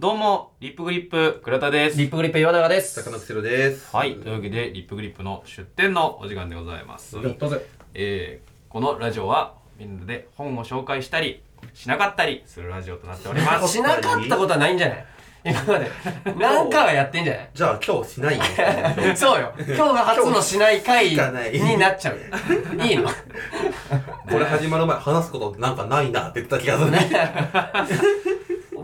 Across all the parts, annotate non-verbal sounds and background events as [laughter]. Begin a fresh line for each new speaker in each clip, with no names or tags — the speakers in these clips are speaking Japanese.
どうも、リップグリップ、倉田です。
リップグリップ岩永です。
高松弘です。
はい、というわけで、リップグリップの出店のお時間でございます。
たぜ。
えーこのラジオは、みんなで本を紹介したり、しなかったりするラジオとなっております。
しなかったことはないんじゃない今まで。何回はやってんじゃ
じゃあ今日し
[laughs]
ないよ。
ないそうよ。今日が初のしない回
今日しかない
になっちゃうよ。いいの
これ始まる前話すことなんかないなって言ってた気がするね。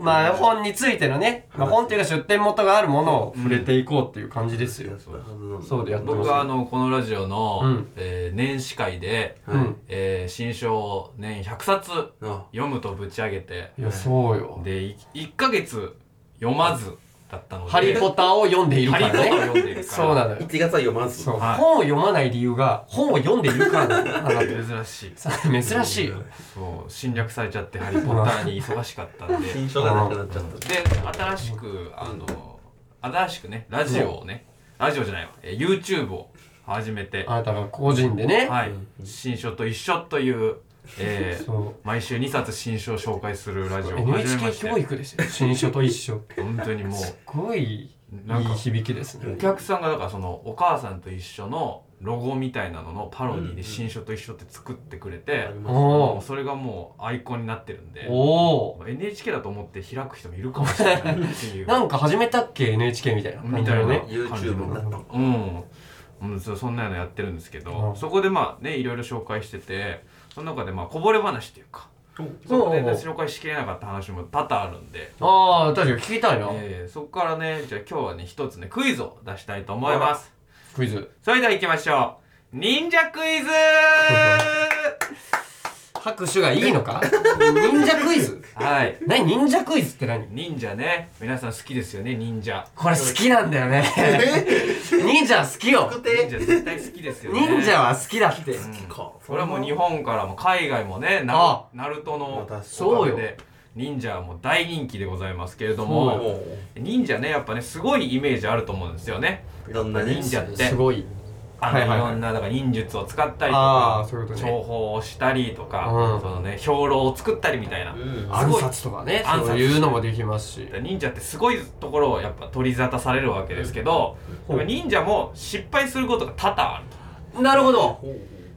まあ本についてのね、まあ、本というか出典元があるものを触れていこうっていう感じですよ。そうでやってます。
僕は、あの、このラジオの、
うん
えー年始会で、
うん。
えー新書を年100冊
あ
読むとぶち上げて、
いや、そうよ。
で、い1ヶ月読まずだったので、
ハリーポッターを読んでいる
ハ
か
リー
ら
ポッターを
ね。
読んでいるから。
そうなのよ。
1月は読まず。
そう、
はい
本を読まない理由が、本を読んでいるからなんだ [laughs] って。
珍しい。
さ珍しいよ。
そう、侵略されちゃって、ハリー・ポッターに忙しかった
[laughs]
んで。
新書がなくなっちゃった。
で新しくあの新しくねラジオをねラジオじゃないわ、えー YouTube を始めて、
あなたが個人でね。
はい、新書と一緒という、えー
そう。
毎週2冊新書を紹介するラジオを始めま
NHK
して
教育ですよ新書と一緒
本当にもう
す [laughs] ごい
なん
い
か
い響きです
お
ね
客さんがだからその「お母さんと一緒」のロゴみたいなののパロディで「新書と一緒」って作ってくれて、もう
お
それがもうアイコンになってるん
ー
で
お
NHK だと思って開く人もいるかもしれないってい
ー [laughs]
う
なんか始めたっけ NHK みたいな感
み
じ
たい
の
な
ね
YouTube になったの。
うん、うん、そそんなのやってるんですけど、
うん
そこでまあねいろいろ紹介しててその中でまあこぼれ話っていうか
おう
そこで、ね、紹介しきれなかった話も多々あるんで、
ああ確かに聞きたいな、
えーそこからねじゃあ今日はね一つねクイズを出したいと思います
クイズ
それでは行きましょう忍者ク
[laughs]
イズ
拍手がいいのか [laughs] 忍者クイズ
はい
何忍者クイズって何
忍者ね皆さん好きですよね忍者
これ好きなんだよね
[laughs]
忍者好きよ
忍者絶対好きですよね
忍者は好きだって
か。
これはもう日本からも海外もね
あ
ナナルトのおかげで
そうよ
忍者はもう大人気でございますけれど
そう
も
も
忍者ねやっぱねすごいイメージあると思うんですよね
ういろんなね
忍。者って
すごい
あの、
はいいはいはい
ろんなだから忍術を使ったりと
ああ
か
そういうことね
重宝をしたりとか、
うん
そのね兵糧を作ったりみたいな、
うん。
暗殺とかね
暗殺
そういうのもできますし
忍者ってすごいところをやっぱ取り沙汰されるわけですけど、
うん
やっぱ忍者も失敗することが多々あると
なるほど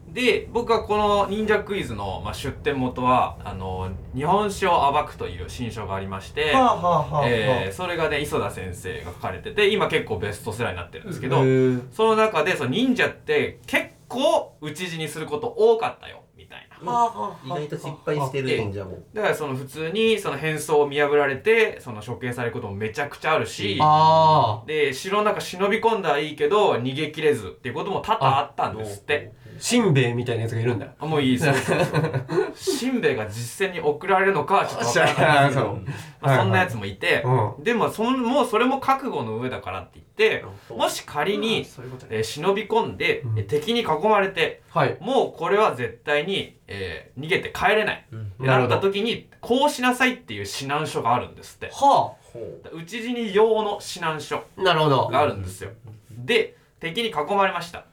で僕はこの忍者クイズの、まあ、出典元はあの「日本史を暴く」という新書がありまして、
はあはあはあ
えーそれがね磯田先生が書かれてて今結構ベストセラーになってるんですけど、
へー
その中でその忍者って結構討ち死にすること多かったよみたいな。
意外と失敗してる忍者も。
だからその普通にその変装を見破られてその処刑されることもめちゃくちゃあるし
あ
で城の中忍び込んだらいいけど逃げ切れずっていうことも多々あったんですって。
あ、しんべヱみたいなやつがいるんだ。
あもう [laughs] いいそうそうそう。しんべヱが実践に送られるのかはちょっとわからない。
あ
うん。
そう。
まあ、そんなやつもいて、
う
でもそんもうそれも覚悟の上だからって言って、
うん
もし仮に、
そういうことね。
えー忍び込んで、
うん
えー敵に囲まれて、
はい。
もうこれは絶対に、えー逃げて帰れない。
うん
って
なる
な
ほ
っ
ど
た時に、こうしなさいっていう指南書があるんですって。
は
ほ
討ち死に用の指南書。
あ。なるほど。
があるんですよで敵に囲まれました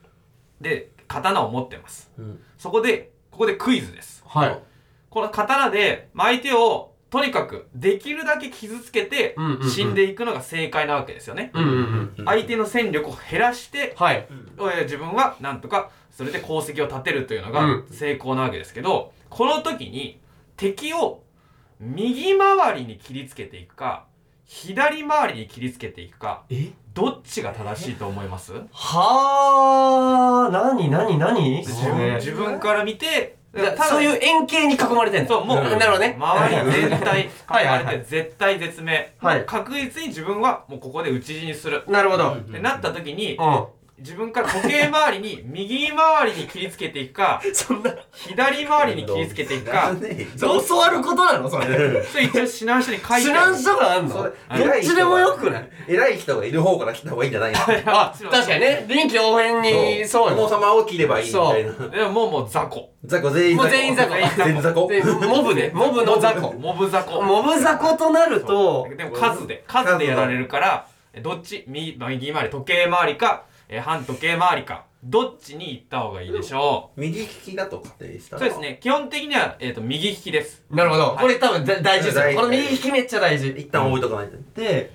で刀を持ってます
ううん
そこでここでクイズです
はい。
この刀でまあ相手をとにかくできるだけ傷つけて
うんうんうん
死んでいくのが正解なわけですよね、
うんうんうん。
相手の戦力を減らして、
はい。
えー自分はなんとかそれで功績を立てるというのが
うん
成功なわけですけど、この時に敵を右回りに切りつけていくか左回りに切りつけていくか
え
どっちが正しいと思います
はあ。なになになに
自分自分から見て
だそういう円形に囲まれてんの
そうもう
なるほどね。
周り全体
はいはいはい
囲まれて絶対絶命、
はい
確実に自分はもうここで討ち死にする
なるほど。
ってなった時に
う
自分から時計回りに右回りに切りつけていくか
ん。そんな、
左回りに切りつけていくか
教わることなのそれ。
それ一応指南書に書いてある
指南書があんの
そ
どっ
れ
ちでもよくない
偉い人がいる方から来た方がいいんじ
[laughs]
ゃないの
あ、確かにね。臨機応変に、そう
王
よ。
様を切ればいいみたいな。
でももうもう雑魚
雑魚全員
もう全員雑魚
全員雑魚
で、モブね。モブの雑魚。
モブ雑魚
モブ雑魚となると、
でも数で数でやられるからえどっち右右回り時計回りかえー反時計回りかどっちに行った方がいいでしょ
右利きだと仮定した
うそ
ら
うですね基本的には、えー、と右利きです
なるほど。
い
これ多分だ大事です
大
よ。こ
事
の右利きめっちゃ大事。
一旦置いとかないと、
で、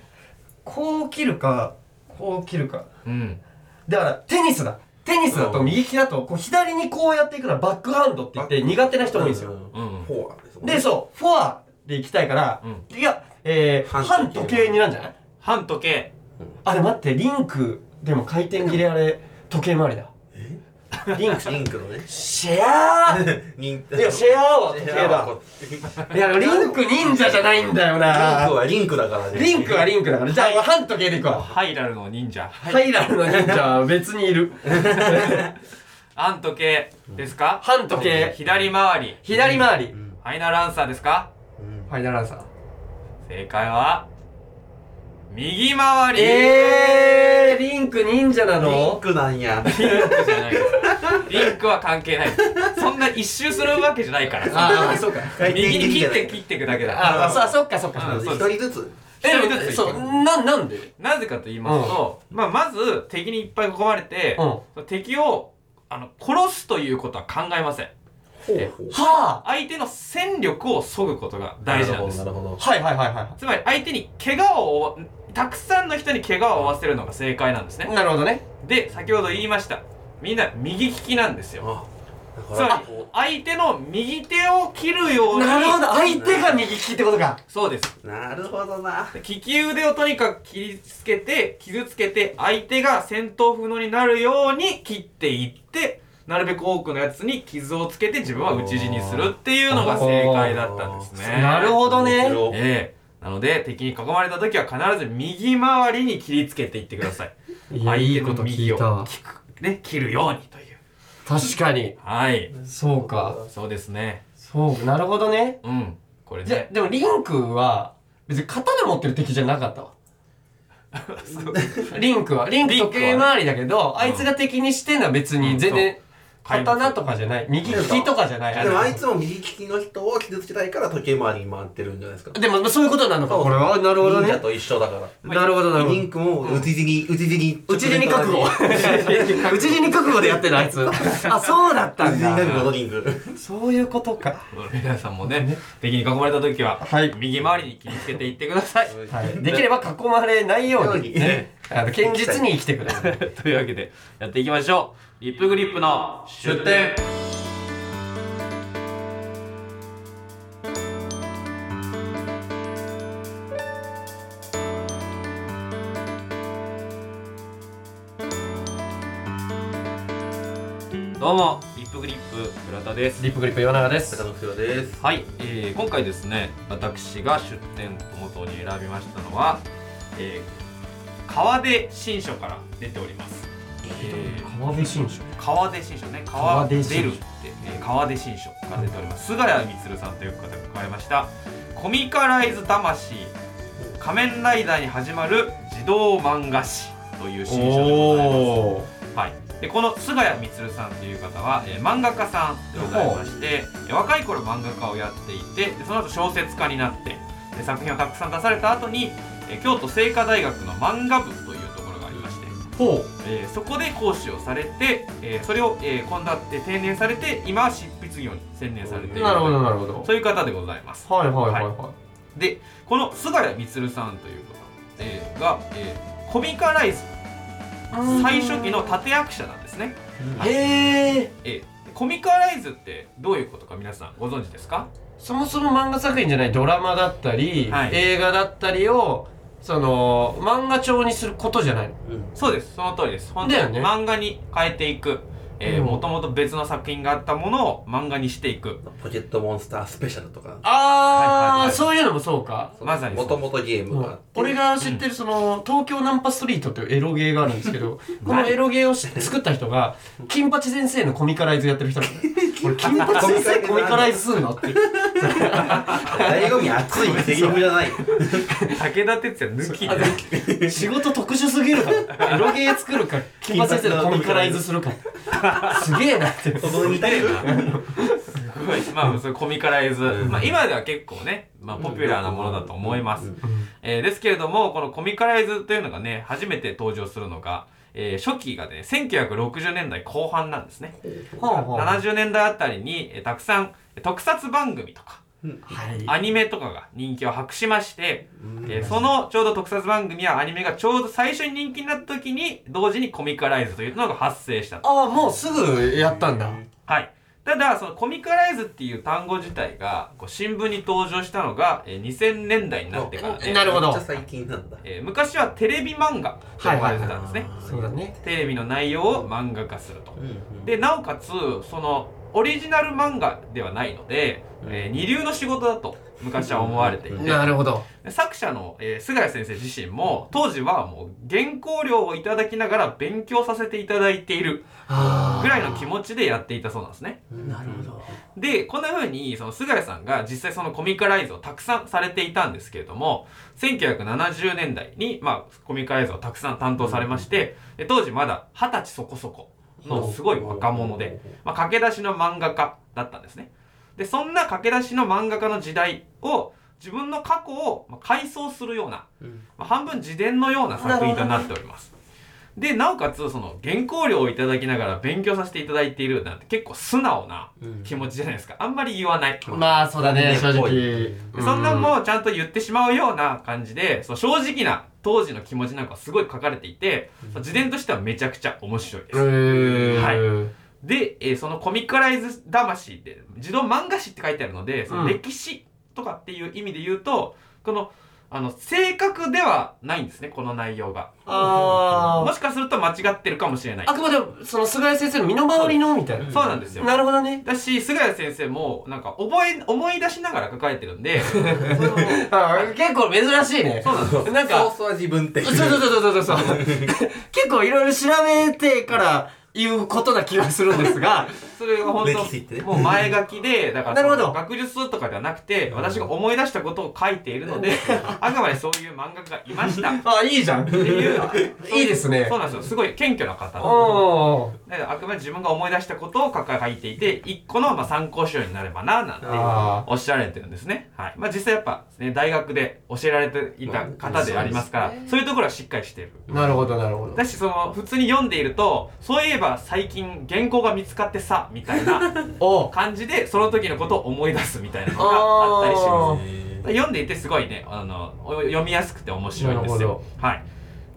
こう切るか、こう切るか。
うん
だから、テニスだ。テニスだと
うん
右利きだと、こう左にこうやっていくのはバックハンドって言って苦手な人多いんですよ。
う
うんん、フォアですもん
で、そう、フォアで行きたいから、いや、えー、
反
反時
時計
計になんじゃない
反時計
あ、でも待って、リンク、でも回転切れあれ、時計回りだ。
え
リンク、
リンクのね
シェア [laughs] ー
リン
いや、シェアーは時計
シェアは
だ
こ。うリンク
いや、リンク忍者じゃないんだよな。
はリンクだからね
リンクはリンクだから。じゃあ、
はい
反時計でいくわ。
ハイラルの忍者
ハイラルの忍者は別にいる。
反時計ですか
反時計
左回り
左回り。
うん
ファイナルアンサーですか
うん
ファイナルアンサー。
正解は右回り
えー、リンク忍者な
リ
の
ンクなんや
リンクじゃないですリンクは関係ないですそんな一周するわけじゃないから
ああ、そうか。
右に切って切っていくだけだ
ああ、そ、そっかそっ
う
か
ん。
一人ずつ
一人ず
え、
つ
そ
行
う
く、
な、なんで
なぜかと言いますと、まあ、まず敵にいっぱい囲まれて、
うん。は
敵をあの殺すということは考えません
ほう
あ
相手の戦力を削ぐことが大事なんです
なるほど
はいはいはいは
つまり相手に怪我を負わたくさんの人に怪我を負わせるのが正解なんですね
い。なるほどね。
で先ほど言いましたみんな右利きなんですよ
あだ
つ
から
まり相手の右手を切るように
なるほど、相手が右利きってことか。
そうです
なるほどな
利き腕をとにかく切りつけて傷つけて相手が戦闘不能になるように切っていってなるべく多くのやつに傷をつけて自分は討ち死にするっていうのが正解だったんですね
なるほどね。
ええなので敵に囲まれた時は必ず右回りに切りつけていってください
[laughs] い
相
や、
手
いいこと聞いた
の右
わ。
を切くね切るようにという
確かに。
はい
そうか。
そうですね
そう、なるほどね。
うんこれ
じゃ
ね、
でもリンクは、別に刀持ってる敵じゃなかったわ。リンクは。リンク
リンクは
時計回りだけど、あいつが敵にしてんのは別に全然、
そう
刀とかじゃない。右利きとかじゃない。
でもあいつも右利きの人を傷つけたいから時計回りに回ってるんじゃないですか
でも、そういうことなのか。
そう
これは、なるほど
忍者
ね。
と一緒だから
なるほど、なるほ
リ
ど。
ンクも打ち死に打ち死に
うち死に覚 [laughs] 悟。うち死に覚悟でやってるあいつ。 [laughs] あ、そうだった
打ち
ん
死に覚
だ。
悟のリンク
そういうことか。
皆さんもね敵に囲まれた時は、
はい
右回りに切りつけていってください
はい。できれば囲まれないように、ね、あの堅実に生きてください。
[laughs] というわけでやっていきましょうリップグリップの出店どうもリップグリップ村田です
リップグリップ岩永で
高
す。
野不良です
はい、えー今回ですね私が出店元に選びましたのは、えー川出新書から出ております、えー
川辺新書。
川出新書ね
川
川
出
出
新書
るって、えー川出新書から出ております菅谷充さんという方が加えましたコミカライズ魂仮面ライダーに始まる児童漫画誌という新書でございます
おお。
はい、でこの菅谷充さんという方は、えー漫画家さんでございましてえー若い頃漫画家をやっていてでその後小説家になってで作品をたくさん出された後に、えー京都精華大学の漫画部というところがありまして、
ほう。
えーそこで講師をされて、えーそれを、えー、今度あって定年されて今は執筆業に専念されている
なるほどなるほど。
そういう方でございます
はいはいはいは
でこの菅谷充さんという方、えーが、えーコミカライズ
い。
最初期の立役者なんですね
へえ。
えーコミカライズってどういうことか皆さんご存知ですか
そもそも漫画作品じゃないドラマだったり、
はい
映画だったりをその漫画調にすることじゃないの。
うん
そうですその通りです本
だ
当
よ
に
ね
漫画に変えていく
うん
もともと別の作品があったものを漫画にしていく
ポケットモンスタースペシャルとか
あー、
はいはいはい
そういうのもそうか。
まさにそ
も
う
ともとゲームがあって
俺が知ってるその東京ナンパストリートっていうエロゲーがあるんです
[laughs]
けど、このエロゲーをし作った人が金八先生のコミカライズやってる人なのね。
[laughs]
俺金八先生コミカライズするのって。
醍醐味熱いセリフじゃない
武田鉄矢抜き
あでも仕事特殊すぎるからエロゲー作るか金八先生のコミカライズするかすげえなって
その似てる
すごい [laughs] まあそれコミカライズ、
うん
まあ、今では結構ね、まあ、ポピュラーなものだと思います、えーですけれどもこのコミカライズというのがね初めて登場するのが、えー初期がね1960年代後半なんですね
ほうほうは
70年代あたりに、えーたくさん特撮番組とか
い
アニメとかが人気を博しまして、
うん
えーそのちょうど特撮番組やアニメがちょうど最初に人気になった時に同時にコミカライズというのが発生したと
ああもうすぐやったんだ
はいただそのコミカライズっていう単語自体がこう新聞に登場したのが、えー2000年代になってからで、
なるほど
めっちゃ最近なんだ。
えー昔はテレビ漫画と呼ばれてたんですね、
そうだね
テレビの内容を漫画化すると
うんうん
でなおかつそのオリジナル漫画ではないので、えー二流の仕事だと昔は思われていて、
なるほど
で作者の、えー菅谷先生自身も当時はもう原稿料をいただきながら勉強させていただいている
あ
ぐらいの気持ちでやっていたそうなんですね
なるほど
でこんな風にその菅谷さんが実際そのコミカライズをたくさんされていたんですけれども1970年代に、まあ、コミカライズをたくさん担当されまして、で当時まだ二十歳そこそこのすごい若者で、まあ、駆け出しの漫画家だったんですねでそんな駆け出しの漫画家の時代を自分の過去をまあ回想するような
うん
まあ、半分自伝のような作品となっております。で、なおかつ、その原稿料をいただきながら勉強させていただいているなんて結構素直な
うん
気持ちじゃないですか。あんまり言わない。
まあそうだね正直
でそんなんもちゃんと言ってしまうような感じで、そう正直な当時の気持ちなんかすごい書かれていて、そう自伝としてはめちゃくちゃ面白いで
う
す。
ん
はい
うん
で、えーそのコミカライズ魂で、自動漫画誌って書いてあるので、その
うん
歴史とかっていう意味で言うと、この、あの、正確ではないんですね、この内容が。
あ
もしかすると間違ってるかもしれない
あ。あくまでもその菅井先生の身の回りのみたいな
そうなんですよ。
なるほどね
だし、菅谷先生も、なんか、覚え、思い出しながら書かれてるん
[laughs]
で、その
[laughs] あー結構珍しいね
そうなんですよ。
なんか
ソースは自分ってい
そうそうそうそうそうそう [laughs] 結構いろいろ調べてから言うことな気がするんで
[laughs]
すが
それが本
歴史ってね
当、もう前書きで、だから、
なるほど
学術とかではなくて、私が思い出したことを書いているの
[laughs]
で、あくまでそういう漫画家がいました。っ
あいい
[laughs]
じゃん
ていう、
いいですね
そうなんですよ。すごい謙虚な方な
おー
んで。あくまで自分が思い出したことを書か書いていて、一個のまあ参考資料になればな、なんて
あ
おっしゃられてるんですね。はい。まあ実際やっぱ、ね、大学で教えられていた方でありますから、そういうところはしっかりしている。
ーなるほどなるほど
だし、その、普通に読んでいると、そういえば最近原稿が見つかってさ、みたいな
お
感じで、その時のことを思い出すみたいなのがあったりします。だ
あ
から読んでいてすごいね、あの、お読みやすくて面白いんです
なる
よ
ほ。
はい。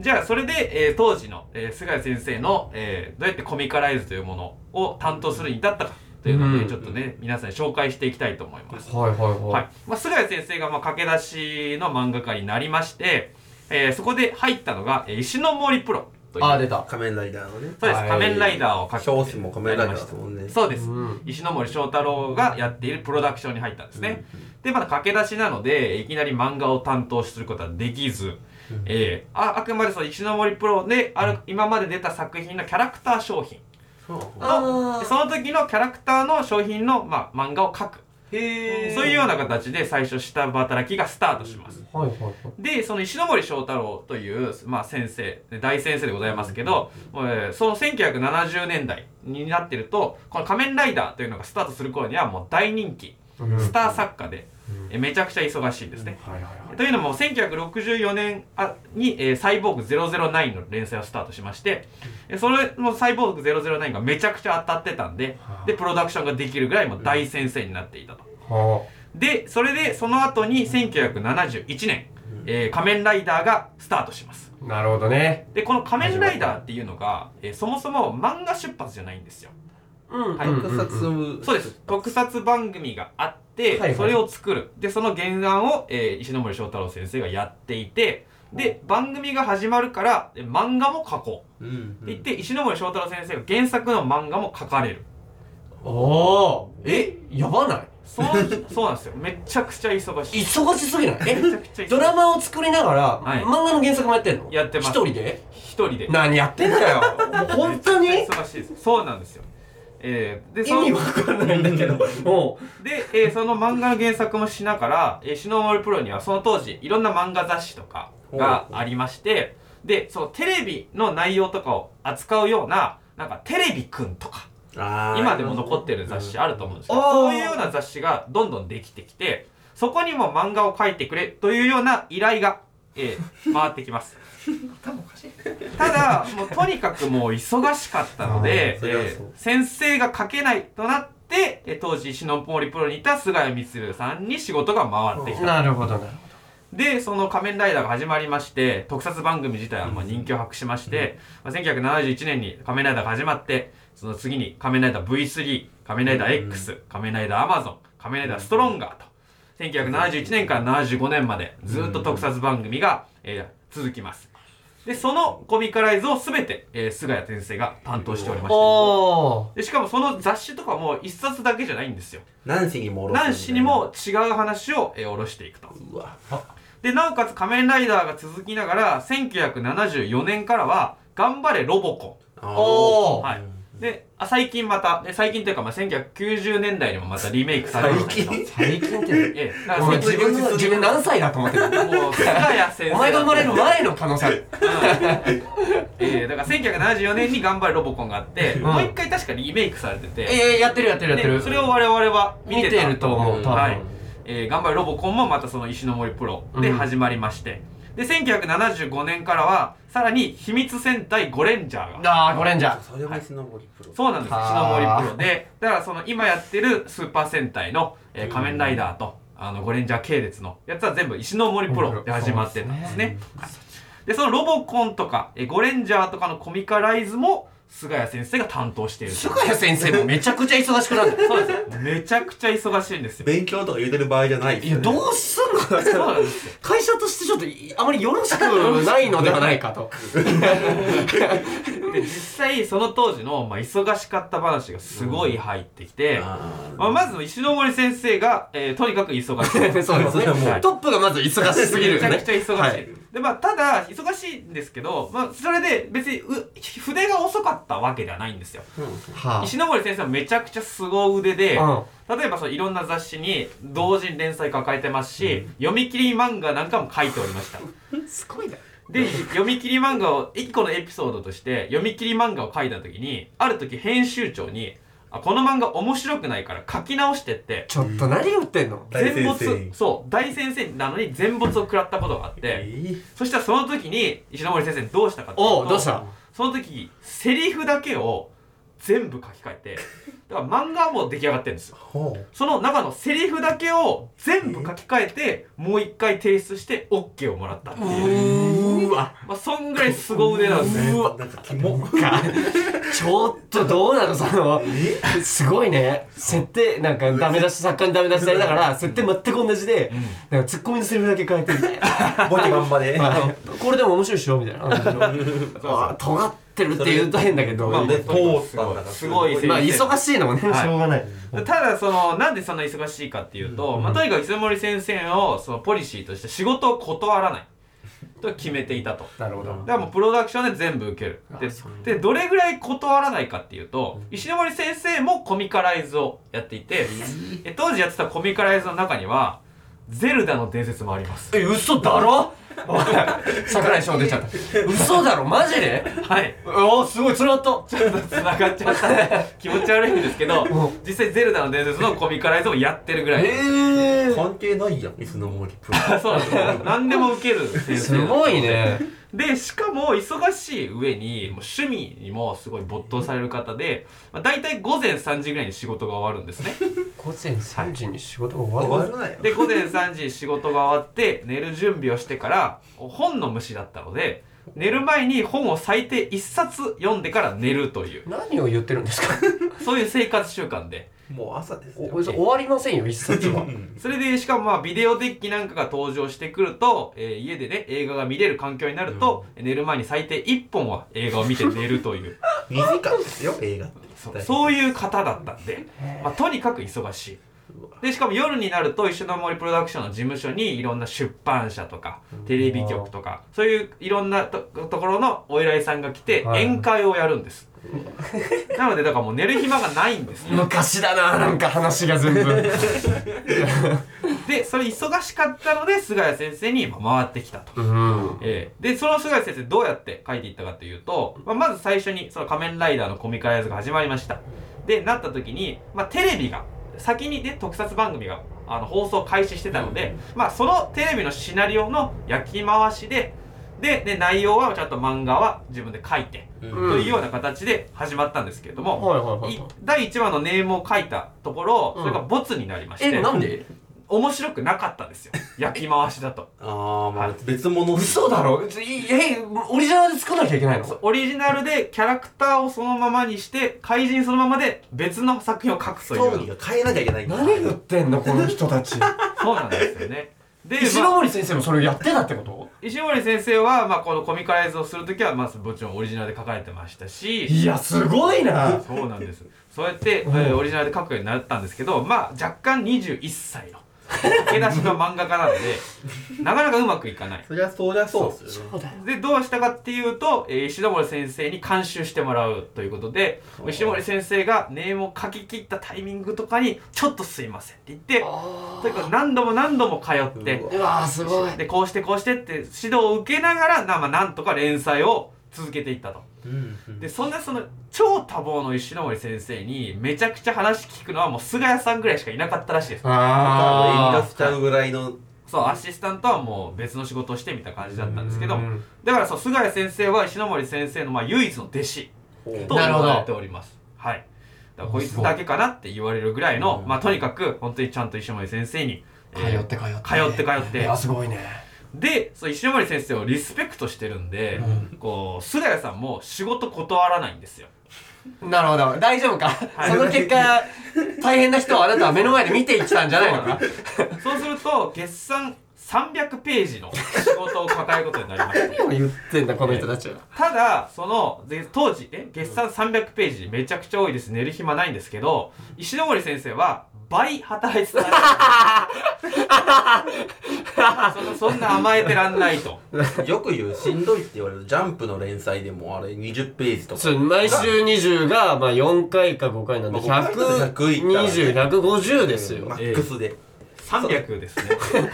じゃあ、それで、えー当時の、えー菅谷先生の、えーどうやってコミカライズというものを担当するに至ったかというのをね、
うん
ちょっとね、皆さんに紹介していきたいと思います。
ーはいはい
は
はい
いまあ、菅谷先生がまあ駆け出しの漫画家になりまして、えーそこで入ったのが、えー石の森プロという
あー出た
仮面ライダーのね。
そうです、
はい
仮面ライダーを描く
表紙も仮面ライダーだったもんね
そうです、
うん
石の森章太郎がやっているプロダクションに入ったんですね、でまだ駆け出しなのでいきなり漫画を担当することはできず、えーああくまでその石の森プロである今まで出た作品のキャラクター商品
そう
あ
とその時のキャラクターの商品の、まあ、漫画を描く
へ
そういうような形で最初下働きがスタートします
はいはいはい
でその石森章太郎という、まあ、先生大先生でございますけど、えーその1970年代になってるとこの「仮面ライダー」というのがスタートする頃にはもう大人気
うん
スター作家で、えめちゃくちゃ忙しいんですね。
はいはいはい
というのも1964年あに、えーサイボーグ009」の連載をスタートしまして、えそれもサイボーグ009」がめちゃくちゃ当たってたんででプロダクションができるぐらいもう大先生になっていたと。
は
で、それでその後に1971年、えー仮面ライダーがスタートします。
あなるほどね
で、この仮面ライダーっていうのが、えーそもそも漫画出発じゃないんですよ。
うん
はい
うんうん
特撮
そうです。特撮番組があって、
はいはい
それを作る。で、その原案を、えー石ノ森章太郎先生がやっていて、で、番組が始まるから、え漫画も描こ
う
う。っ
ん
て言って、石ノ森章太郎先生が原作の漫画も描かれる。
おーえや
[laughs]
ばない
そう、
[laughs]
そうなんですよ。めちゃくちゃ忙しい。
忙しすぎない
めちゃくちゃ忙し
え
い
ドラマを作りながら、
はい
漫画の原作もやってんの
やってます
一人で
一人で。
何やってんだよもう本当に
めちゃくちゃ忙しいです。そうなんですよ。えーで、
意
その
味わかんないんだけども
で、えーその漫画の原作もしながら、えー、シノモルプロにはその当時いろんな漫画雑誌とかがありましてでそのテレビの内容とかを扱うようななんか「テレビくん」とか今でも残ってる雑誌あると思うんですけど
あー
そういうような雑誌がどんどんできてきてそこにも漫画を描いてくれというような依頼が、えー回ってきます
多分おかしい
ただもうとにかくもう忙しかったので
あー、それは
えー
そう
先生が書けないとなってえー当時忍ポリプロにいた菅谷充さんに仕事が回ってきた
なるほどなる
でその「仮面ライダー」が始まりまして特撮番組自体はまあ人気を博しまして、まあ、1971年に「仮面ライダー」が始まってその次に「仮面ライダー V3」「仮面ライダー X」仮面ライダーアマゾン」「仮面ライダーストロンガー」と1971年から75年までずっと特撮番組が、えー続きますでそのコミカライズを全て、えー、菅谷先生が担当しておりまし
ほ
て
どおー
でしかもその雑誌とかも一冊だけじゃないんですよ
何しにもおろす
何誌にも違う話を、えー、下ろしていくと
うわ
でなおかつ「仮面ライダー」が続きながら1974年からは「頑張れロボコ
あー
おー
はいン」であ最近またで最近というか、まあ、1990年代にもまたリメイクされましたけど
最
最近って
ええだから
俺
そ
自分の自分何歳だと思ってる
のもう菅谷先生
お前が生まれ
[laughs]
る前の可能性ある
ええだから1974年に「頑張れロボコン」があって、
ん
もう一回確かリメイクされてて、
[laughs] ええやってるやってるやって
で
る
それを我々は見
見
て
て
た
ると思う多分、
はいえー頑張れロボコンもまたその石の森プロで始まりまして、で1975年からはさらに秘密戦隊ゴレンジャーが
ああゴレンジャー
それも石森プロ
そうなんです石の
はあ
森プロでだからその今やってるスーパー戦隊の、えー仮面ライダーとあのゴレンジャー系列のやつは全部石の森プロで始まってたんですねはいでそのロボコンとか、えーゴレンジャーとかのコミカライズも菅谷先生が担当している
菅谷先生もめちゃくちゃ忙しくなる
そうですよめちゃくちゃ忙しいんですよ
勉強とか言うてる場合じゃない
いや
う
どうすんの
そうなんですよ
会社としてちょっといあまりよろしくないのではないか [laughs] と
で実際その当時の、まあ、忙しかった話がすごい入ってきて、
あ
まあ、まず石ノ森先生が、えーとにかく忙しい
[laughs] そうですね
それはもう
トップがまず忙しすぎる
め
よ
ちゃ
ね
くちゃ忙しい、
はい
でまあ、ただ忙しいんですけど、まあ、それで別にう筆が遅かったわけではないんですよ
ー
は
石ノ森先生はめちゃくちゃ凄腕で、
あ
例えばそのいろんな雑誌に同時に連載抱えてますし、読み切り漫画なんかも書いておりました
うんすごいな
で読み切り漫画を1個のエピソードとして読み切り漫画を書いた時にある時編集長にあこの漫画面白くないから書き直してって
ちょっと何言ってんの
大
全
先生
没そう大先生なのに全没を食らったことがあって
え
そしたらその時に石森先生どうしたかっていう
おう
と
どうした
その時セリフだけを全部書き換
[laughs]
えてだから漫画はもう出来上がってるんですよ
ほう
その中のセリフだけを全部書き換えてもう一回提出して OK をもらったって
う
いう、
ーわ
まあ、そんぐらい凄腕なんですね
うわ
なんかキモ
かちょっとどうなのそのすごいね設定なんかダメ出し作家にダメ出しされながら設定全く同じで、なんかツッコミのセリフだけ変えてみたい [laughs] な
ボケまんまで
はいこれでも面白いっしょみたいなあ尖ってるって言うと変だけど、
まあ
ま
で通ったんだから
すごい
あ、忙しいのもね、
はい
しょうがない
ただそのなんでそんな忙しいかっていうと、まあ、とにかく磯森先生をそのポリシーとして仕事を断らないと決めていたと。
なるほど
だからもうプロダクションで全部受ける
あそう
ででどれぐらい断らないかっていうと、石森先生もコミカライズをやっていて、え当時やってたコミカライズの中には「ゼルダの伝説」もあり
[laughs]
ます
え嘘だろおい桜井翔出ちゃった嘘だろマジで
はい
おおすごいつながった
ちょっと繋がっちゃったね気持ち悪いんですけど
う
実際「ゼルダの伝説」のコミカライズをやってるぐらい
ええー、
関係ないやん石森プ
[laughs] そうなんですよ何でも受ける先生
すごい [laughs] ね
でしかも忙しい上にもう趣味にもすごい没頭される方で、まあ、大体午前3時ぐらいに仕事が終わるんですね
午前3時に仕事が
ロ
終わ
終
る
わらないよ
で午前3時に仕事が終わって寝る準備をしてから本の虫だったので寝る前に本を最低1冊読んでから寝るという
何を言ってるんです [laughs] か
そういう生活習慣で
もう朝です
お
よ
およそ終わりませんよ一冊は
それでしかもまあビデオデッキなんかが登場してくると、えー家でね映画が見れる環境になると、寝る前に最低1本は映画を見て寝るという
2時間ですよ映画って
そうそういう方だったんで、まあ、とにかく忙しいでしかも夜になると石の森プロダクションの事務所にいろんな出版社とかテレビ局とかそういういろんなとところのお偉いさんが来て
はい
宴会をやるんです、なのでだからもう寝る暇がないんです
昔だななんか話が全部
でそれ忙しかったので菅谷先生にまあ回ってきたと
うん
ええで、その菅谷先生どうやって書いていったかというと、まあ、まず最初にその仮面ライダーのコミカライズが始まりました。で、なった時に、まあ、テレビが、先にね、特撮番組があの放送開始してたので、まあ、そのテレビのシナリオの焼き回しででで内容はちゃんと漫画は自分で書いて、
うん
というような形で始まったんですけれども、
はいはいはい
い
はい
第1話のネームを書いたところ
うん
それがボツになりまして、
えなんで
面白くなかったんですよ焼き回しだと
ああ、まあ別物っす
嘘だろいいえオリジナルで作らなきゃいけないの
オリジナルでキャラクターをそのままにして怪人そのままで別の作品を書く
スト
という
ーリーが変えなきゃいけないんだ
何言って [laughs] んのこの人たち
そうなんですよ
[laughs]
ねで、
石
まあ、
森先生もそれをやってたってこと
石森先生は、まあ、このコミカライズをするときはまずもちろんオリジナルで書かれてましたし
いやすごいな
そうなんですそうやって、え
うん
ーオリジナルで書くようになったんですけどまあ若干21歳
[laughs]
の駆け出しの漫画家なのでなかなかうまくいかない
そりゃそうりゃそうっすよね。
そうだよ
でどうしたかっていうと、えー石森先生に監修してもらうということで
そう
石森先生がネームを書き切ったタイミングとかに「ちょっとすいません」って言って
あ
とにかく何度も何度も通って
う
ーうわーすごい
でこうしてこうしてって指導を受けながらな,、まあ、なんとか連載を続けていったと
うんうん
でそんなその超多忙の石森先生にめちゃくちゃ話聞くのはもう菅谷さんぐらいしかいなかったらしいです
あ
あ
あ、遠慮しちゃうぐらいの。
そうアシスタントはもう別の仕事をしてみたいな感じだったんですけど
うん
だからそう菅谷先生は石森先生のまあ唯一の弟子と
なる
言
ほど
われております。はい。だからこいつだけかなって言われるぐらいの、
うん
まあとにかく本当にちゃんと石森先生に、え
通
ー
って通って
通って通って
いやすごいね
で、そう石森先生をリスペクトしてるんで、
う
こう菅谷さんも仕事断らないんですよ。
なるほど大丈夫か、
い
その結果大変な人をあなたは目の前で見ていったんじゃないのか
そうすると月産300ページの仕事を抱えることになりました。
何を言ってんだこの人たちは、
ただそので当時え月産300ページめちゃくちゃ多いです寝る暇ないんですけど石森先生は倍働いてたらしいそのそんな甘えてらんないと
[laughs] よく言う、しんどいって言われる、ジャンプの連載でもあれ20ページとか。
そう毎週20が、まあ、4回か5回なんで
まあ5回と100いっ
120150ですよ、
マックスで。
300ですね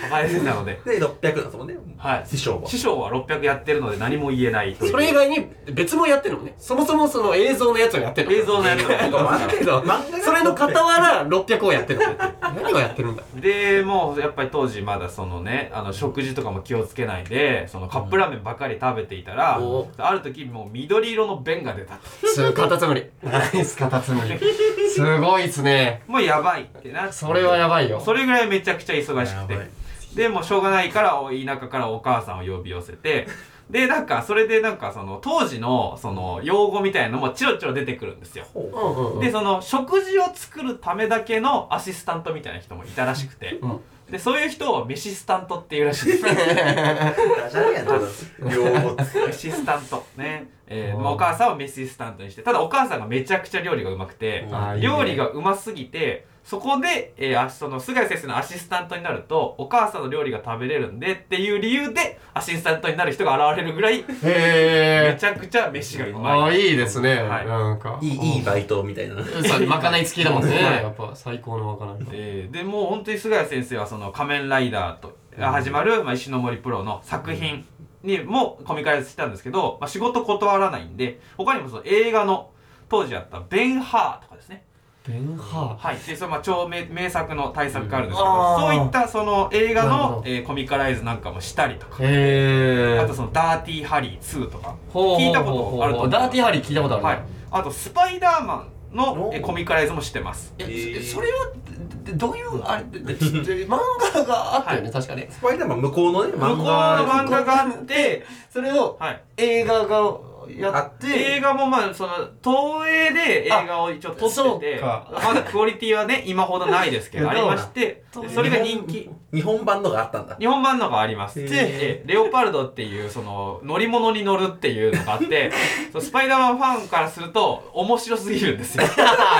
甘えてたので
で、600なんですもんね。
はい
師匠は。
師匠は600やってるので何も言えないという
それ以外に別もやってるのねそもそもその映像のやつをやってるの
映像のやつ
なんか
だけど
漫画が
それの傍ら600をやってるの何をやってるんだ
でもうやっぱり当時まだそのねあの食事とかも気をつけないでそのカップラーメンばかり食べていたら、
お
ある時もう緑色の便が出たと
すカタツムリナイスカタツムリすごいっすね
もうやばいってなって
それはやばいよ
それぐらいめちゃくちゃ忙し
や
く
ばい
て。で、もうしょうがないから、お田舎からお母さんを呼び寄せ
[laughs]
て、で、なんか、それでなんか、その、当時の、その、用語みたいなのもチロチロ出てくるんですよ。
ほ
うんうんうん
で、その、食事を作るためだけのアシスタントみたいな人もいたらしくて、
うん
で、そういう人をメシスタントっていうらしいです。
[laughs]
うダジャレやな。両方。
メシスタント。ね。えー
うん
まあお母さんをメシスタントにして、ただお母さんがめちゃくちゃ料理がうまくて、
あーいいね
料理がうますぎてそこで、えーあその菅谷先生のアシスタントになるとお母さんの料理が食べれるんでっていう理由でアシスタントになる人が現れるぐらいめ
へえ
ちゃくちゃ飯がう
あ
ま
あ
い。
いいですね、
はい
なんか
いい、いいバイトみたいな。
そうまかない付きだもんね
はい
やっぱ最高のまかない
えーでもう本当に菅谷先生はその「仮面ライダーと」が始まる、まあ、石ノ森プロの作品にもコミカライズしたんですけど、まあ、仕事断らないんで他にもその映画の当時あった「ベン・ハー」とかですね
ベンハ
はい、でそのまあ超名名作の大作があるんですけ
うん
ど、
あー
そういったその映画
なるほ
の
ど、
えーコミカライズなんかもしたりとか、
ーへえ
あとその「ダーティーハリー2」とか
ほうほうほう
聞いたことあると思う
ダーティーハリー聞いたことあるね
はい、あと「スパイダーマンの」
おー
えーコミカライズもしてます
え
えー
そそれはでどういうあれででで漫画があったよね、確かね
スパイダーマン向こうのね、漫
向こうの漫画があって、
それを
はい、
映画がやっ
で映
て
画もまあその東映で映画を一応撮
あそ
っ
う
てて
か
まだクオリティはね今ほどないですけどありまして
どう
でそれが人気。
日本版のがあったんだ。
日本版のがあります。
へ
で
ー、
えレオパルドっていう、その、乗り物に乗るっていうのがあ
[laughs]
って、そうスパイダーマンファンからすると、面白すぎるんですよ。 [laughs]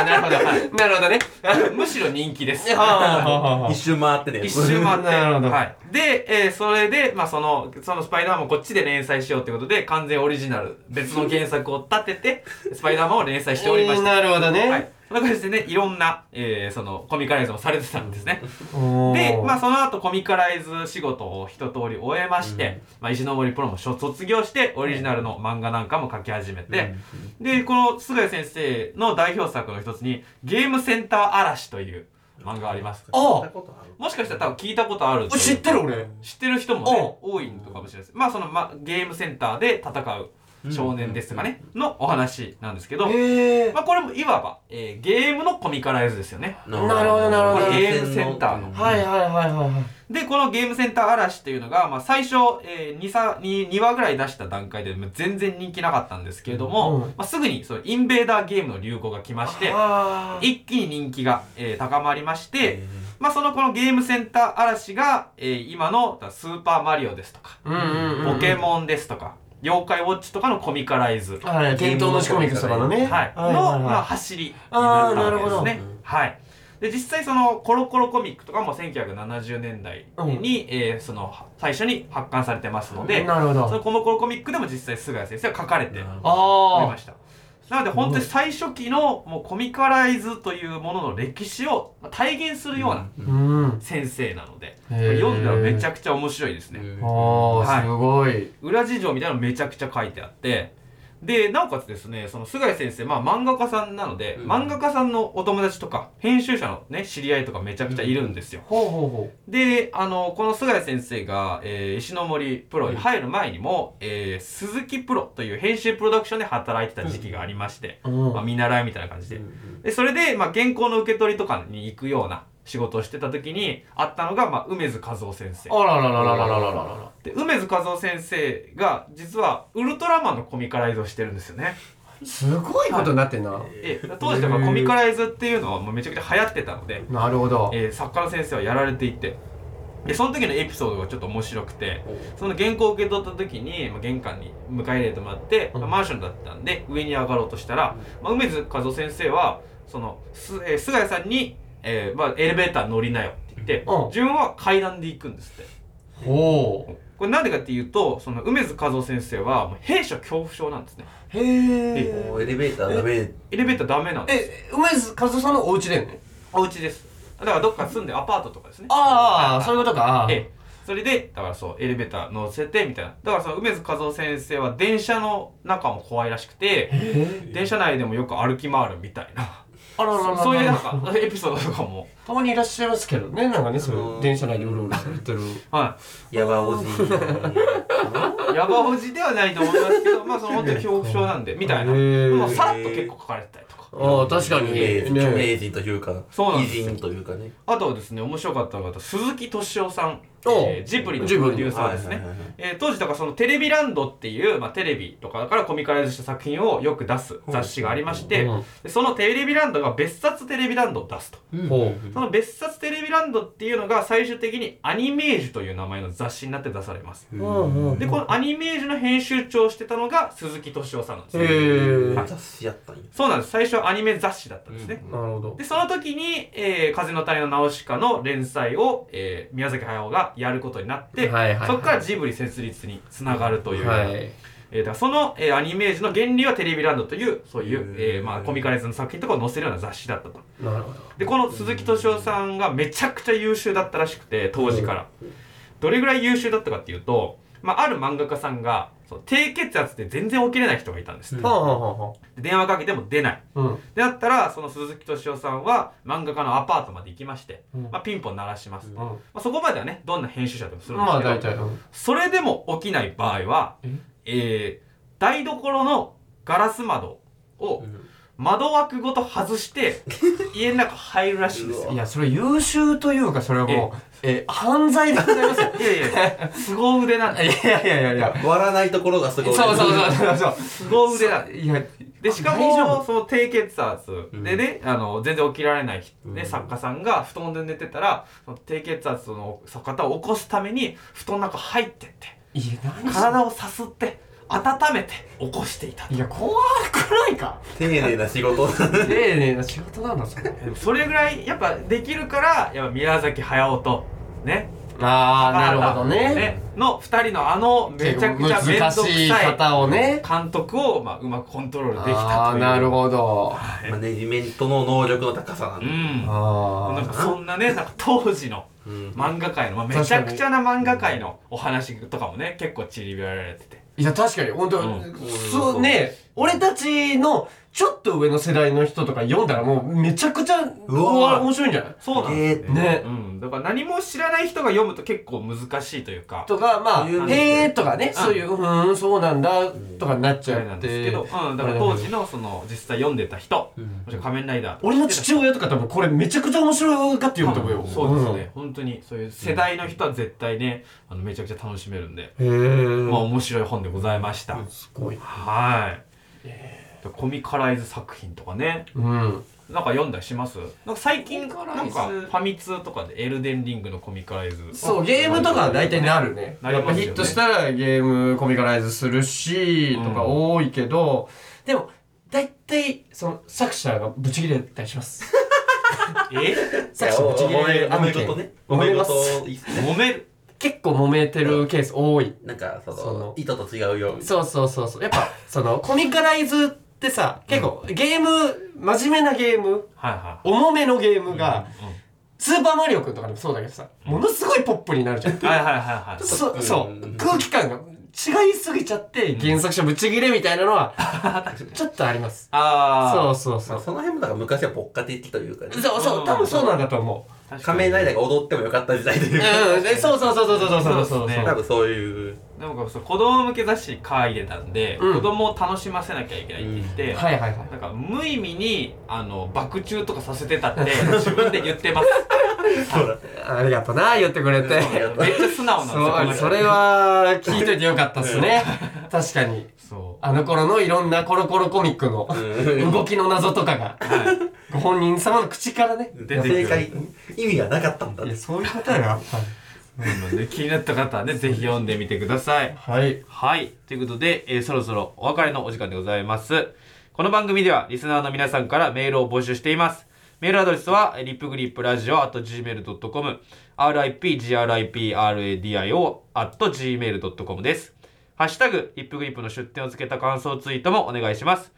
なるほど [laughs] なるほどね
むしろ人気です。
一周回ってね。
一周回って。
なるほど
はい。で、えーそれで、まあ、その、そのスパイダーマンをこっちで連載しようってことで、完全オリジナル、別の原作を立てて、
[laughs]
スパイダーマンを連載しておりました。
なるほどね、
はい。そんな感じでね、いろんな、えーその、コミカライズもされてたんですね。
おー
で、まあ、その後コミカライズ仕事を一通り終えまして、まあ、石ノ森プロも初卒業してオリジナルの漫画なんかも描き始めて、でこの菅谷先生の代表作の一つに「ゲームセンター嵐」という漫画あります
あ
聞いたことある
もしかしたら多分聞いたことあるんで
知ってる俺
知ってる人もね多いのかもしれないですまあその、ま、ゲームセンターで戦う少年ですがね、のお話なんですけど、
へえ
まあ、これもいわば、えーゲームのコミカライズですよね
なるほどなるほど
ゲームセンターの
はいはいはいはいはい
でこのゲームセンター嵐っていうのが、まあ、最初、えー、2, さんに2話ぐらい出した段階でもう全然人気なかったんですけれども、
うん
まあ、すぐにそのインベーダーゲームの流行が来まして
あー
一気に人気が、えー高まりまして、
えー
まあ、そのこのゲームセンター嵐が、えー今の「スーパーマリオ」ですとか
うんうんうん
ポケモンですとか、妖怪ウォッチとかのコミカライズ、
はい伝統の仕込みくそばのね
はい、
はい
の、
はい
まあ、
は
走りになったわけです
あーなる
ね
ほど。
はい。で、実際そのコロコロコミックとかも1970年代に、えーその最初に発刊されてますの
い
で、
なるほ
その
ど
コロコロコミックでも実際菅谷先生は書かれて
なるほど
おり
あ
ました。なので本当に最初期のもうコミカライズというものの歴史を体現するような
ーうん
先生なので、
へー
読んだらめちゃくちゃ面白いですね。
うん
あーすごい
裏事情みたいなのめちゃくちゃ書いてあってでなおかつですねその菅井先生、まあ、漫画家さんなので、
うん
漫画家さんのお友達とか編集者の、ね、知り合いとかめちゃくちゃいるんですよ、
ほうほうほ
であのこの菅井先生が、えー石の森プロに入る前にも、えー鈴木プロという編集プロダクションで働いてた時期がありまして、
ううん
まあ、見習いみたいな感じで
うん
でそれで、まあ、原稿の受け取りとかに行くような仕事をしてた時にあったのが、まあ、梅津和夫先生
あらららららららら
で梅津和夫先生が実はウルトラマンのコミカライズをしてるんですよね、
すごいことになってんな
ええ当時だからコミカライズっていうのはもうめちゃくちゃ流行ってたので、
なるほど
ええ作家の先生はやられていてでその時のエピソードがちょっと面白くてその原稿を受け取った時に、まあ、玄関に迎え入れてもらって、まあ
うん
マンションだったんで上に上がろうとしたら、まあ、梅津和夫先生はそのす、えー菅谷さんに、えーまあ、エレベーター乗りなよって言って、
うん
自分は階段で行くんですって。
ほう
これなんでかっていうとその梅津和夫先生はもう弊社恐怖症なんですね
へ
も
え
うエレベーターダメ
エレベーターダメなんです
え梅津和夫さんのお家だよね
お家ですだからどっか住んでアパートとかですね
ああそういうことか
ええそれでだからそうエレベーター乗せてみたいなだからその梅津和夫先生は電車の中も怖いらしくて
え
電車内でもよく歩き回るみたいな
あらららら
そういうなんかエピソードとかも
たまにいらっしゃいますけどねなんかねそう
あ
い
の
う
ー
電車内でうろうろされてる
は
ヤバおじい
いヤバおじではないと思いますけどまあその本当に恐怖症なんでみたいな
へえ
もうさらっと結構書かれてたりとか
ああ確かに
ね著
ね
名人というか
そうなんで
偉
すよ
人というかね
あとはですね面白かったのが鈴木敏夫さん、
おう
えージブリのプロデューサーですね
はいはいはいはい
えー当時だからそのテレビランドっていう、まあ、テレビとかからコミカライズした作品をよく出す雑誌がありまして、
うん
でそのテレビランドが別冊テレビランドを出すと
ほ
その別冊テレビランドっていうのが最終的にアニメージュという名前の雑誌になって出されます
ううんうん
でこのアニメージュの編集長をしてたのが鈴木敏夫さんなんです
へ
ね
えな
雑
る
誌やったんや
そうなんです最初はアニメ雑誌だったんですね、
ほど
でその時に「えー風の谷のナウシカ」の連載を、えー宮崎駿がやることになって、
はいはいはい
そこからジブリ設立につながるという、
はい
えーだからその、えーアニメージの原理はテレビランドというそういう、えーまあ、コミカライズの作品とかを載せるような雑誌だったと
なるほど
でこの鈴木敏夫さんがめちゃくちゃ優秀だったらしくて当時からどれぐらい優秀だったかっていうと、まあ、ある漫画家さんがそう低血圧で全然起きれない人がいたんです、
はあはあは
で電話かけても出ない
あは
であったらその鈴木敏夫さんは漫画家のアパートまで行きまして、
うん
まあ、ピンポン鳴らします、
あ
ま
うん
あ、そこまではねどんな編集者でもするんで
ます
けど、
あ大体うん
それでも起きない場合は
え、
えー台所のガラス窓を窓枠ごと外
[laughs]
して家の中入るらしいんですよ
いやそれ優秀というかそれはもうえ犯罪でご [laughs] ざいますよ
いやいや凄腕なん
[laughs] い
で
やいやいやいや
割らないところがす
そ
ご
う
い
そうそうそうそう
凄腕なんで
いや
でしか
大丈
もその低血圧でね、あの全然起きられない人、ね
うん
作家さんが布団で寝てたらその低血圧の方を起こすために布団の中入ってって
夫いや何それ
体をさすって温めて起こしていた
いや怖くないか
丁寧な仕事
丁寧な仕事なんだそれ
でもそれぐらいやっぱできるからやっぱ宮崎駿とね
ああなるほどね
の2人のあのめちゃくちゃ面
難
倒く
しい
さい
方をね
監督を、まあ、うまくコントロールでき
あ
た
あ
という
ーなるほど
マネジメントの能力の高さ
う
なん
な
あ
んかそんなねなんか当時の
うん
漫画界の、まあ、
確かに
めちゃくちゃな漫画界のお話とかもね結構ちりばめられてて
いや確かに本当、
うん
そうね俺たちのちょっと上の世代の人とか読んだらもうめちゃくちゃ
うわ
面白いんじゃない
そうなんですよね
ね
うん、だから何も知らない人が読むと結構難しいというか
とかまあ「
有名
へえ」とかね
うん
そういう「うーんそうなんだ」とかになっ
み
ち
た
ゃ
いな
っ
ん
て
ですけど、うん、だから当時のその実際読んでた人もしくは仮面ライダーとか
俺の父親とか多分これめちゃくちゃ面白がって読むと思うよ
そうですね、本当にそういう世代の人は絶対ねあのめちゃくちゃ楽しめるんで、
うんへえ
まあ面白い本でございました、
すごい
はいコミカライズ作品とかね
うん
なんか読んだりしますなんか最近
コ
な
ミ
ん
カラ
か
イ
フ
ズ
ァミ通とかでエルデンリングのコミカライズ
そうゲームとかは大体なるね
な
や
り
っぱ
ますよね
ヒットしたらゲームコミカライズするし
うん
とか多いけどでも大体その作者がブチギレたりします
[laughs]
え
作者ブチギレ
お
案
め
件
事ね。
揉めます
事いいっすね。
揉める
結構揉めてるケース多い
なんか、そ
その
の、意図と違うよ。
そうそうそうそうやっぱそのコミカライズってさ結構ゲーム真面目なゲーム
はいはい
重めのゲームが、
うん
スーパーマリオくんとかでもそうだけどさ、ものすごいポップになるじゃん。
はいはいはいはい
そそうう、
ん
空気感が違いすぎちゃって、原作者ぶち切れみたいなのは、ちょっとあります。そ
あ
うそうそ
まあ
う。
その辺もだから昔は牧歌的というかね。
そうそう、多分そうなんだと思う。
あ
仮面ライダーが踊ってもよかった時代といううか。
ん、でそうそうそうそうそうそうそうそう。
そうですね
多分そういう。
なんかそう子供向け雑誌に書いてたんで、
うん
子供を楽しませなきゃいけないって言って、
はいはいはい
なんか無意味にあの爆中とかさせてた
[laughs]
って自分で言ってます
そうだ。。
ありがとな、言ってくれて。
ありがとう
めっちゃ素直なん
そ
で
う、
す
それは聞いといてよかったっすね。確かに。
そ
あの頃のいろんなコロコロコミックの
うん
動きの謎とかが、
うは
ご本人様の口からね。
出てくる
正解、意味がなかったんだ
いや、。そういうことやな。 [laughs]
い、なので気になった方はねぜひ読んでみてください
はい。
はいということで、えーそろそろお別れのお時間でございますこの番組ではリスナーの皆さんからメールを募集していますメールアドレスはリップグリップラジオ at gmail.com ripgripradio at gmail.com ですハッシュタグリップグリップの出店をつけた感想ツイートもお願いします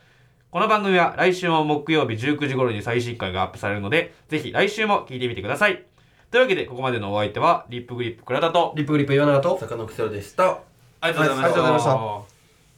この番組は来週も木曜日19時頃に最新回がアップされるのでぜひ来週も聞いてみてくださいというわけでここまでのお相手はリップグリップ倉田と
リップグリップ岩永と
坂の口調でした。
あり
がとうございまし
ありが
た
とうございました